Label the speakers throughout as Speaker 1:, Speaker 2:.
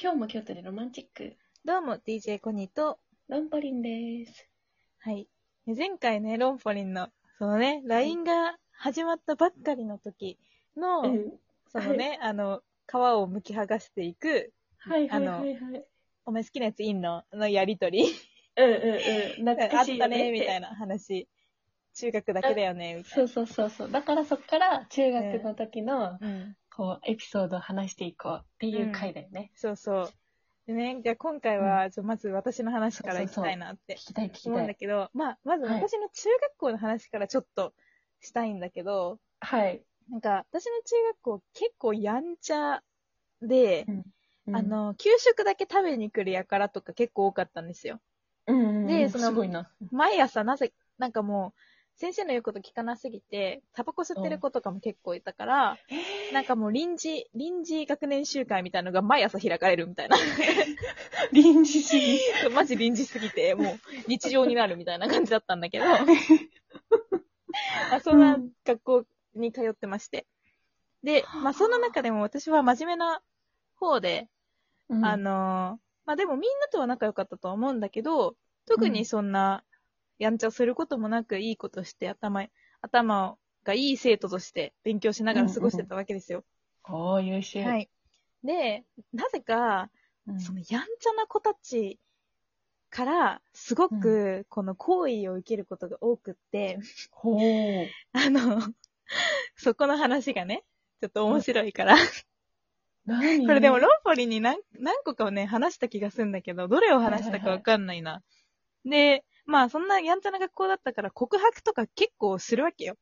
Speaker 1: 今日も京都でロマンチック、
Speaker 2: どうも、DJ コニーと、
Speaker 1: ロンポリンです。
Speaker 2: はい。ね前回ね、ロンポリンの、そのね、LINE が始まったばっかりの時の、
Speaker 1: うん。
Speaker 2: そのね、あの、皮を剥き剥がしていく、
Speaker 1: はいは
Speaker 2: あ
Speaker 1: い
Speaker 2: の
Speaker 1: はいはい。
Speaker 2: お前好きなやついんののやりとり。
Speaker 1: うんうんうん。
Speaker 2: あっ
Speaker 1: 懐かしいよ
Speaker 2: たね、みたい
Speaker 1: な。
Speaker 2: な話。中学だけだよね、みた
Speaker 1: そ
Speaker 2: いう
Speaker 1: そうそうそう。だからそっから中学の時の、
Speaker 2: な。うん。
Speaker 1: こう、エピソードを話していこうっていう回だよね。
Speaker 2: そうそう。でね、じゃあ今回は、ちょまず私の話からいきたいなって
Speaker 1: 聞きたい聞き
Speaker 2: 思う
Speaker 1: た
Speaker 2: んだ
Speaker 1: い。
Speaker 2: けど、まあ、まず
Speaker 1: はい
Speaker 2: 私の中学校の話からちょっとしたいんだけど、
Speaker 1: はい。
Speaker 2: なんか、私の中学校結構やんちゃで、
Speaker 1: うん
Speaker 2: あ、の、給食だけ食べに来る輩とか結構多かったんですよ。
Speaker 1: うんうんうん、
Speaker 2: でその
Speaker 1: すごいな。
Speaker 2: 毎朝なぜ、なんかもう、先生の言うこと聞かなすぎて、タバコ吸ってる子とかも結構いたから、なんかもう臨時、臨時学年集会みたいなのが毎朝開かれるみたいな。
Speaker 1: 臨時主義。
Speaker 2: マジ臨時すぎて、もう日常になるみたいな感じだったんだけど、あそんな学校に通ってまして。で、まあその中でも私は真面目な方で、
Speaker 1: うん
Speaker 2: あ、のーまあでもみんなとは仲良かったとは思うんだけど、特にそんな、やんちゃすることもなく、いいことして、頭、頭がいい生徒として勉強しながら過ごしてたわけですよ。
Speaker 1: おー、優秀。
Speaker 2: はい。で、なぜか、
Speaker 1: うん
Speaker 2: そのやんちゃな子たちから、すごく、この行為を受けることが多くって、
Speaker 1: ほー。
Speaker 2: あの、 そこの話がね、ちょっと面白いから。
Speaker 1: 何
Speaker 2: これでもロンポリンに何何個かをね、話した気がするんだけど、どれを話したかわかんないな。で、まあそんなやんちゃな学校だったから告白とか結構するわけよ。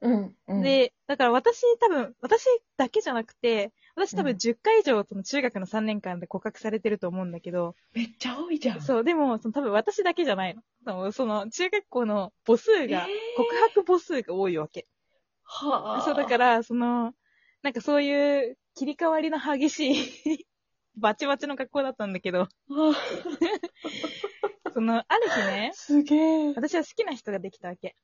Speaker 1: うん、うん。、
Speaker 2: で、だから私多分、私だけじゃなくて、私多分
Speaker 1: うん
Speaker 2: 10回以上その中学の3年間で告白されてると思うんだけど、
Speaker 1: めっちゃ多いじゃん。う。
Speaker 2: そう、でもその多分私だけじゃないの。そのその中学校の母数が、告白母数が多いわけ。
Speaker 1: はあ。。
Speaker 2: そうだからら、その、なんかそういう切り替わりの激しい、 バチバチの学校だったんだけど、その、ある日 ね、
Speaker 1: すげえ。
Speaker 2: 私は好きな人ができたわけ。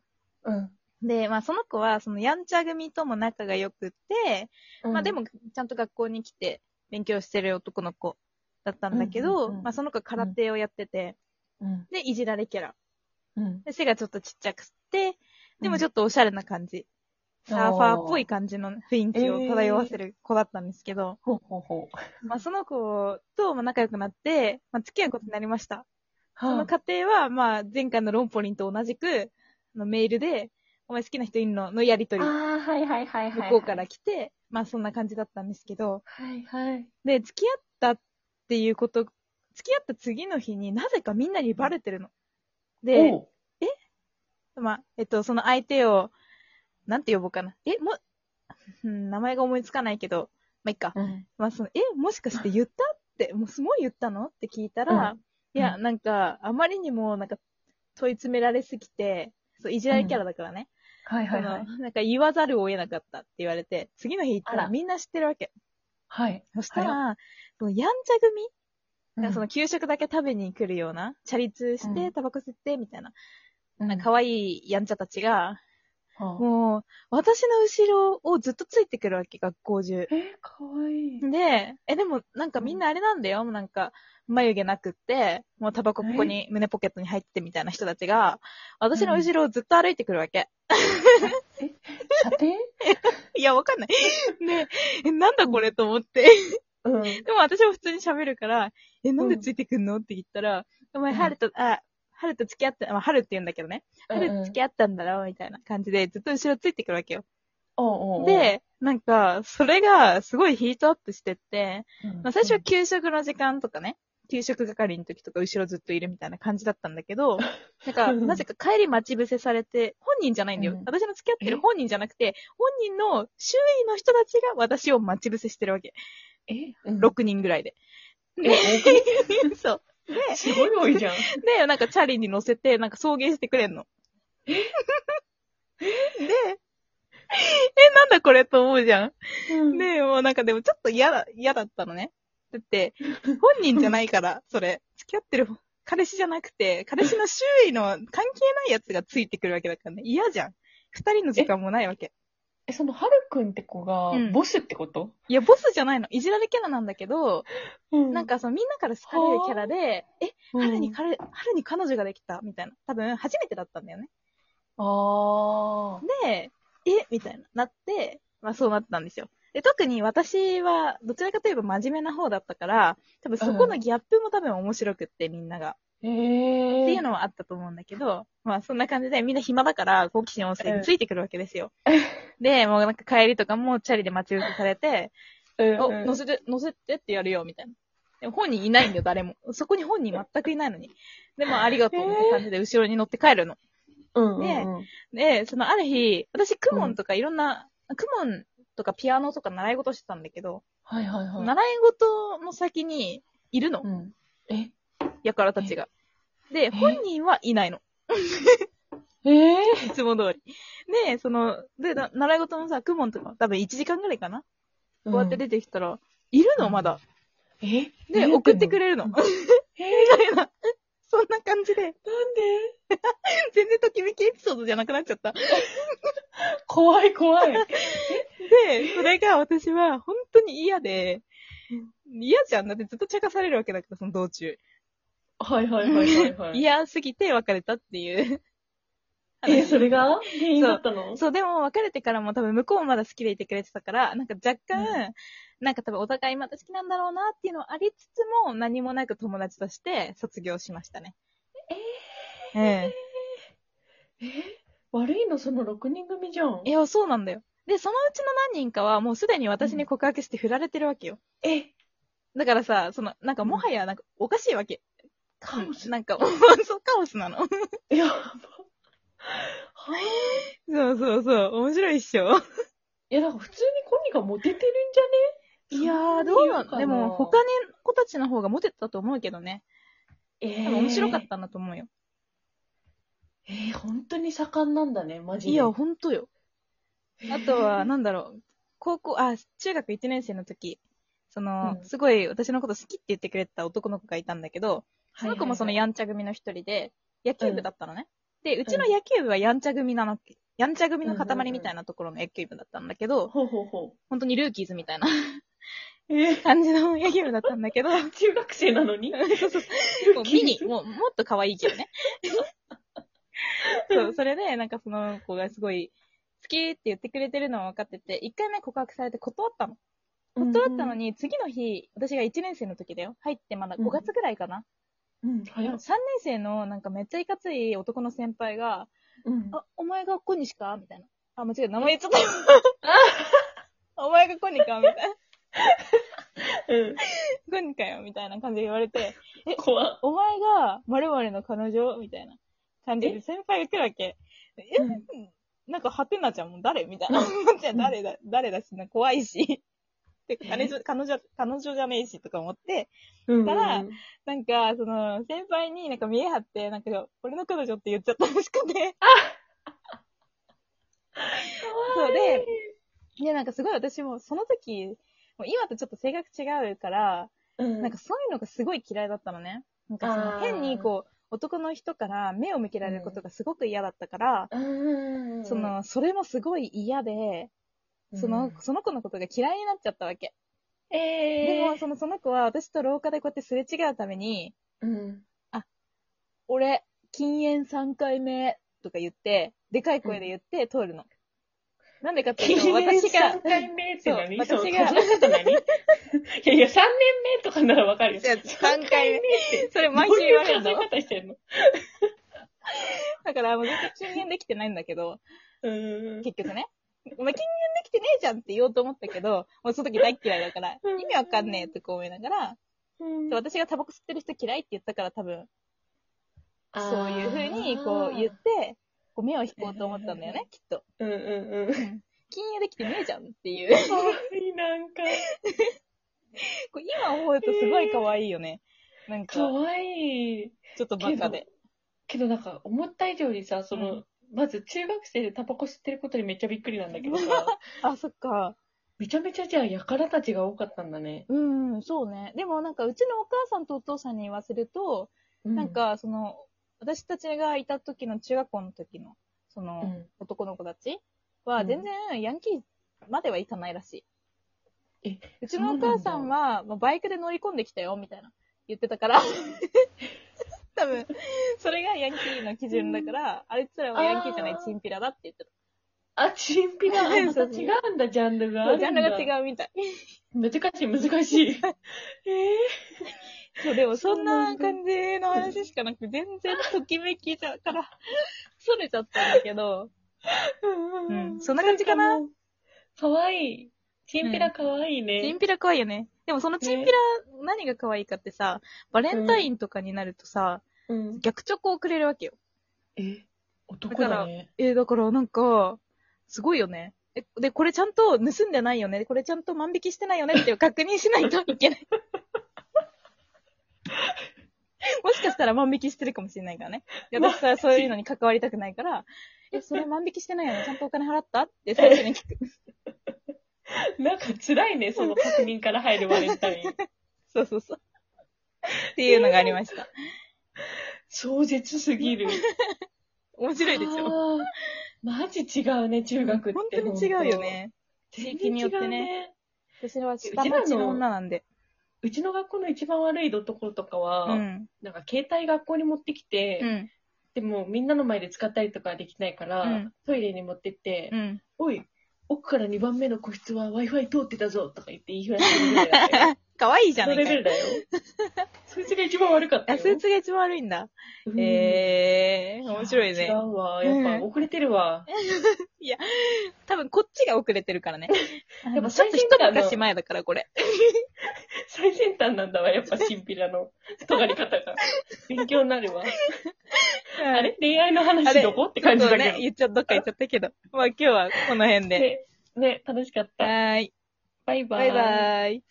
Speaker 1: うん。
Speaker 2: で、まあその子は、そのやんちゃ組とも仲が良くて、まあでも、ちゃんと学校に来て勉強してる男の子だったんだけど、
Speaker 1: うんうんうん
Speaker 2: まあその子は空手をやってて、
Speaker 1: うん、
Speaker 2: で、いじられキャラ。
Speaker 1: うん。
Speaker 2: で背がちょっとちっちゃくて、でもちょっとおしゃれな感じ。
Speaker 1: うん
Speaker 2: サーファーっぽい感じの雰囲気を漂わせる子だったんですけど、
Speaker 1: ほうほうほう。
Speaker 2: まあ、その子とも仲良くなって、まあ、付き合うことになりました。その
Speaker 1: はあ
Speaker 2: 過程は、まあ、前回のロンポリンと同じく、あのメールで、お前好きな人いるののやりとり、向
Speaker 1: あー、はいはいはいはい。
Speaker 2: こうから。来て、まあ、そんな感じだったんですけど、
Speaker 1: はいはい。
Speaker 2: で、付き合ったっていうこと、付き合った次の日になぜかみんなにバレてるの。で、
Speaker 1: おう
Speaker 2: まあ、えっと、その相手を、なんて呼ぼうかな。え、も、うん名前が思いつかないけど、まあ、いっか。
Speaker 1: うん。
Speaker 2: まあ、その、え、もしかして言ったって、もうすごい言ったのって聞いたら、
Speaker 1: う
Speaker 2: いや、なんか、あまりにも、なんか、問い詰められすぎて、そう、いじられキャラだからね。
Speaker 1: はいはいは
Speaker 2: そ
Speaker 1: い。
Speaker 2: のなんか言わざるを得なかったって言われて、次の日行った
Speaker 1: あら
Speaker 2: らみんな知ってるわけ。
Speaker 1: はい。
Speaker 2: そした
Speaker 1: は
Speaker 2: ら、そのやんちゃ組、
Speaker 1: う
Speaker 2: なんかそ
Speaker 1: ん
Speaker 2: の給食だけ食べに来るような、チャリ通し
Speaker 1: う
Speaker 2: て、
Speaker 1: ん
Speaker 2: タバコ吸って、みたいな、
Speaker 1: うん
Speaker 2: 可愛いやんちゃたちが、
Speaker 1: はあ
Speaker 2: もう、私の後ろをずっとついてくるわけ、学校中。
Speaker 1: えー、かわい い。
Speaker 2: で、え、でも、なんかみんなあれなんだよ。なんか、眉毛なくって、もうタバコここに、胸ポケットに入ってみたいな人たちが、私の後ろをずっと歩いてくるわけ。
Speaker 1: 射程
Speaker 2: いや、わかん ない。ねえ、なんだこれと思って。
Speaker 1: うん。
Speaker 2: でも私も普通に喋るから、え、なんでついてくんのって言ったら、お前、
Speaker 1: うん
Speaker 2: 春と、あ、春と付き合って、まあ、春って言うんだけどね。春と付き合ったんだろみたいな感じで、ずっと後ろついてくるわけよ。
Speaker 1: おうおうおう、
Speaker 2: で、なんか、それが、すごいヒートアップしてって、
Speaker 1: うん
Speaker 2: まあ、最初は、給食の時間とかね、給食係の時とか後ろずっといるみたいな感じだったんだ けど、なんか、
Speaker 1: うん
Speaker 2: なぜか帰り待ち伏せされて、本人じゃないんだよ。
Speaker 1: うん
Speaker 2: 私の付き合って
Speaker 1: え
Speaker 2: る本人じゃなくて、本人の周囲の人たちが私を待ち伏せしてるわけ。
Speaker 1: え、うん
Speaker 2: 6人ぐら いで。
Speaker 1: え、
Speaker 2: そう。
Speaker 1: 多く すごい多いじゃん。
Speaker 2: で、なんかチャリに乗せて、なんか送迎してくれんの。で、え、なんだこれと思うじゃん。
Speaker 1: うん、
Speaker 2: で、もうなんかでもちょっと嫌だ、嫌だったのね。だって、本人じゃな いから、それ。付き合ってる彼氏じゃなくて、彼氏の周囲の関係ないやつがついてくるわけだからね。嫌じゃん。二人の時間もないわけ。
Speaker 1: え、その、はるくんって子が
Speaker 2: うん、
Speaker 1: ボスってこと、
Speaker 2: いや、ボスじゃないの。いじられキャラなんだけど、
Speaker 1: うん
Speaker 2: なん、かそのみんなから好かれるキャラで、え、
Speaker 1: うん
Speaker 2: 春に彼、春に彼女ができたみたいな。多分、初めてだったんだよね。
Speaker 1: ああ。
Speaker 2: で、えみたいな。なって、まあそうなったんですよ。で、特に私は、どちらかといえば真面目な方だったから、多分そこのギャップも多分面白くって、みんなが。
Speaker 1: え
Speaker 2: っ
Speaker 1: え
Speaker 2: ていうのはあったと思うんだけど、まあそんな感じでみんな暇だから好奇心旺盛についてくるわけですよ。で、もうなんか帰りとかもチャリで待ち受けされて、
Speaker 1: うん
Speaker 2: お、
Speaker 1: うん
Speaker 2: 乗せて、乗せてってやるよ、みたいな。でも本人いないんだよ、誰も。そこに本人全くいないのに。で、もありがとうって感じで後ろに乗って帰るの。
Speaker 1: うんうん
Speaker 2: ね
Speaker 1: うん
Speaker 2: で、そのある日、私クモンとかいろんな、クモンとかピアノとか習い事してたんだけど、
Speaker 1: はいはいはい。
Speaker 2: 習い事の先にいるの
Speaker 1: う、ん。え
Speaker 2: やからたちが。で、本人はいないの。
Speaker 1: ええ
Speaker 2: いつも通り。で、その、で、な習い事のさ、クモンとか、多分1時間ぐらいかな、
Speaker 1: ー、
Speaker 2: こうやって出てきたら、いるのまだ。
Speaker 1: え
Speaker 2: で、送ってく
Speaker 1: れ。
Speaker 2: れる の。みた
Speaker 1: えー、
Speaker 2: いな。そんな感じで、
Speaker 1: なんで
Speaker 2: 全然ときめきエピソードじゃなくなっちゃった。で、
Speaker 1: 怖い怖い。
Speaker 2: それが私は本当に嫌で、嫌じゃん。だってずっと茶化されるわけだから、その道中。
Speaker 1: はいはいはいはい、はい。
Speaker 2: 嫌すぎて別れたっていう。
Speaker 1: えー、それが原因だったの
Speaker 2: そう、でも別れてからも多分向こうもまだ好きでいてくれてたから、なんか若干、なんか多分お互いまた好きなんだろうなっていうのはありつつも、何もなく友達として卒業しましたね。ええ
Speaker 1: えー悪いのその6人組じゃん
Speaker 2: い。や、そうなんだよ。で、そのうちの何人かはもうすでに私に告白して振られてるわけよ。
Speaker 1: え、
Speaker 2: だからさ、その、なんかもはやなんかおかしいわけ。
Speaker 1: カオス。
Speaker 2: なんか、 そう、カオスなの。
Speaker 1: いやば。い
Speaker 2: そうそうそう、面白いっしょ。
Speaker 1: や、なんか普通にコニがモテてるんじゃね
Speaker 2: いやー、どうなん
Speaker 1: か
Speaker 2: でも他の子たちの方がモテたと思うけどね。
Speaker 1: え
Speaker 2: 多
Speaker 1: ー
Speaker 2: 分面白かっ。たんだと思うよ。
Speaker 1: えー、本当に盛んなんだね、マジで。
Speaker 2: いや、ほんとよ。
Speaker 1: えー
Speaker 2: あとは、、なんだろう。高校、あ、中学1年生の時、その、
Speaker 1: うん
Speaker 2: すごい私のこと好きって言ってくれてた男の子がいたんだけど、その子もその
Speaker 1: や
Speaker 2: やんちゃ組の一人で、野球部だったのね。で、うちの野球部はやんちゃ組なの、やんちゃ組の塊みたいなところの野球部だったんだけど、
Speaker 1: ほうほうほ
Speaker 2: 本当にルーキーズみたいな
Speaker 1: う。えー、
Speaker 2: 感じの野球部だったんだけど、も
Speaker 1: 中学生なのにそうそう
Speaker 2: うミニ、もうもっと可愛いけどね。そう、それで、なんかその子がすごい、好きって言ってくれてるのは分かってて、一回目告白されて断ったの。断ったのに、次の日、私が1年生の時だよ。入ってまだ
Speaker 1: うん
Speaker 2: 5月ぐらいかな。
Speaker 1: うん。うん、早
Speaker 2: 3
Speaker 1: い
Speaker 2: 年。生のなんかめっちゃいかつい男の先輩が、
Speaker 1: うん
Speaker 2: あ、お前が小西かみたいな。あ、間違えた。名前言っち ゃった。 お前が小西かみたいな。
Speaker 1: うん。
Speaker 2: 小西かよみたいな感じで言われて、
Speaker 1: 怖っ。
Speaker 2: お前が〇〇の彼女みたいな感じで先輩が来るわけ。え、
Speaker 1: うん
Speaker 2: なんかハテナちゃんも誰みた いな。じゃあ誰だ、誰だしな、怖いし。で彼女、彼女、彼女じゃねえしとか思って、
Speaker 1: うん
Speaker 2: からなんか、その、先輩になんか見え張って、なんか、俺の彼女って言っちゃったらしくて。そうで、で、なんかすごい私も、その時、もう今とちょっと性格違うから、
Speaker 1: うん、
Speaker 2: なんかそういうのがすごい嫌いだったのね。なんかそ
Speaker 1: あ
Speaker 2: の
Speaker 1: ー
Speaker 2: 変にこう、男の人から目を向けられることがすごく嫌だったから、
Speaker 1: うん、
Speaker 2: その、それもすごい嫌で、
Speaker 1: うん、
Speaker 2: その、その子のことが嫌いになっちゃったわけ。で
Speaker 1: え
Speaker 2: も、その、その子は私と廊下でこうやってすれ違うために、
Speaker 1: ー、うん。
Speaker 2: 俺、禁煙3回目とか言って、でかい声で言って通るの。なんでかっていうと、私が、
Speaker 1: 3回目って何
Speaker 2: そう
Speaker 1: その
Speaker 2: 私が
Speaker 1: 数え方何 いやいや、3年目とかならわかるよ。
Speaker 2: じゃあ3回目
Speaker 1: って。
Speaker 2: それ毎
Speaker 1: どう
Speaker 2: 週言
Speaker 1: い
Speaker 2: われる
Speaker 1: う数え
Speaker 2: の。
Speaker 1: 方してんの
Speaker 2: だから、もうずっと禁煙できてないんだけど、
Speaker 1: うん。
Speaker 2: 結局ね。お前禁煙できてねえじゃんって言おうと思ったけど、もうその時大っ嫌いだから、
Speaker 1: うん
Speaker 2: 意味わかんねえとか思いながら、
Speaker 1: うん
Speaker 2: で私がタバコ吸ってる人嫌いって言ったから多分、そういう風にこう言って、こう目を引こうと思ったんだよね、きっと。
Speaker 1: あーうんうんうん。
Speaker 2: 禁煙できてねえじゃんっていう。
Speaker 1: かわいい、なんか。
Speaker 2: こう今思うとすごい可愛いよね。なんか
Speaker 1: か、わいい。
Speaker 2: ちょっとバカで。
Speaker 1: けどなんか、思った以上にさ、そうの、まず中学生でタバコ吸ってることにめっちゃびっくりなんだけどさ、
Speaker 2: あ、そっか。
Speaker 1: めちゃめちゃじゃあ、やからたちが多かったんだね。
Speaker 2: うん、そうね。でもなんか、うちのお母さんとお父さんに言わせると、
Speaker 1: う
Speaker 2: なん、か、その、私たちがいた時の中学校の時の、その、
Speaker 1: うん
Speaker 2: 男の子たちは
Speaker 1: うん
Speaker 2: 全然ヤンキーまではいかないらしい。
Speaker 1: え
Speaker 2: うちのお母さんは、まあバイクで乗り込んできたよ、みたいな言ってたから。 多分、それがヤンキーの基準だから、あいつらはヤンキーじゃない
Speaker 1: あー
Speaker 2: チンピラだって言ってた。
Speaker 1: あ、チンピラ、あまた違うんだ、ジャンルがあ
Speaker 2: そ
Speaker 1: る
Speaker 2: うんジ
Speaker 1: だ。
Speaker 2: ャンルが違うみたい。
Speaker 1: 難しい、難しい。え
Speaker 2: そう、でもそん
Speaker 1: そうな
Speaker 2: な
Speaker 1: ん
Speaker 2: 感じの話しかなくて、全然ときめきじゃから、 それちゃったんだけど、
Speaker 1: ー
Speaker 2: うんそんな感じかな。
Speaker 1: かわいい。チンピラかわいい
Speaker 2: チン
Speaker 1: ね。
Speaker 2: ピラ可愛いよね。でもそのチンピラ、何が可愛いかってさ、バレンタインとかになるとさ、
Speaker 1: うん。
Speaker 2: 逆チョコをくれるわけよ。
Speaker 1: え、男だね。
Speaker 2: えーだからなんか、すごいよね。え、で、これちゃんと盗んでないよね。これちゃんと万引きしてないよねっていう確認しないといけない。 もしかしたら万引きしてるかもしれないからね。で私はそういうのに関わりたくないから、え、それ万引きしてないよね。ちゃんとお金払ったって最初に聞く。
Speaker 1: なんか辛いね、その確認から入るバ レンタイン。
Speaker 2: そうそうそう。っていうのがありました。
Speaker 1: 壮絶すぎる。
Speaker 2: 面白いでしょ。
Speaker 1: あーマジ違うね、中学って。
Speaker 2: 本当に違うよ。ね。
Speaker 1: 地域によって
Speaker 2: 地域によっ
Speaker 1: ね。
Speaker 2: 私は下町の女なんで。
Speaker 1: うちの学校の一番悪いところとかは、
Speaker 2: うん。
Speaker 1: なんか携帯学校に持ってきて、
Speaker 2: うん。
Speaker 1: でもみんなの前で使ったりとかできないから、
Speaker 2: うん
Speaker 1: トイレに持ってって、
Speaker 2: うん。
Speaker 1: おい、奥から2番目の個室は Wi-Fi 通ってたぞとか言って言いふらしてるぐらいだったよ
Speaker 2: 可 愛いじゃ
Speaker 1: そ
Speaker 2: な
Speaker 1: の
Speaker 2: いか
Speaker 1: レ
Speaker 2: よ
Speaker 1: ベルだよ。そいつが一番悪かっ
Speaker 2: あ、
Speaker 1: たよ。
Speaker 2: スーツが一番悪いんだ。
Speaker 1: うん
Speaker 2: ええー、面白い
Speaker 1: 違
Speaker 2: ね。
Speaker 1: うわ。やっぱ遅れてるわ。
Speaker 2: 多分こっちが遅れて るからね。や
Speaker 1: や
Speaker 2: っ
Speaker 1: っ
Speaker 2: ぱ
Speaker 1: ぱ
Speaker 2: ちょ
Speaker 1: 最
Speaker 2: っと
Speaker 1: 初
Speaker 2: 一
Speaker 1: からの
Speaker 2: 昔前だから、これ。
Speaker 1: 最先端なんだわ、やっぱチンピラの尖り方が。勉強になるわ。あ
Speaker 2: あ
Speaker 1: れ恋愛の
Speaker 2: あ
Speaker 1: 話
Speaker 2: れ
Speaker 1: どこって感じだけど。
Speaker 2: そうね、言っちゃ、どっか言っちゃったけど。 まあ今日はこの辺で。
Speaker 1: ねね、楽しかった。
Speaker 2: はーい。
Speaker 1: バイバ
Speaker 2: バイバーイ。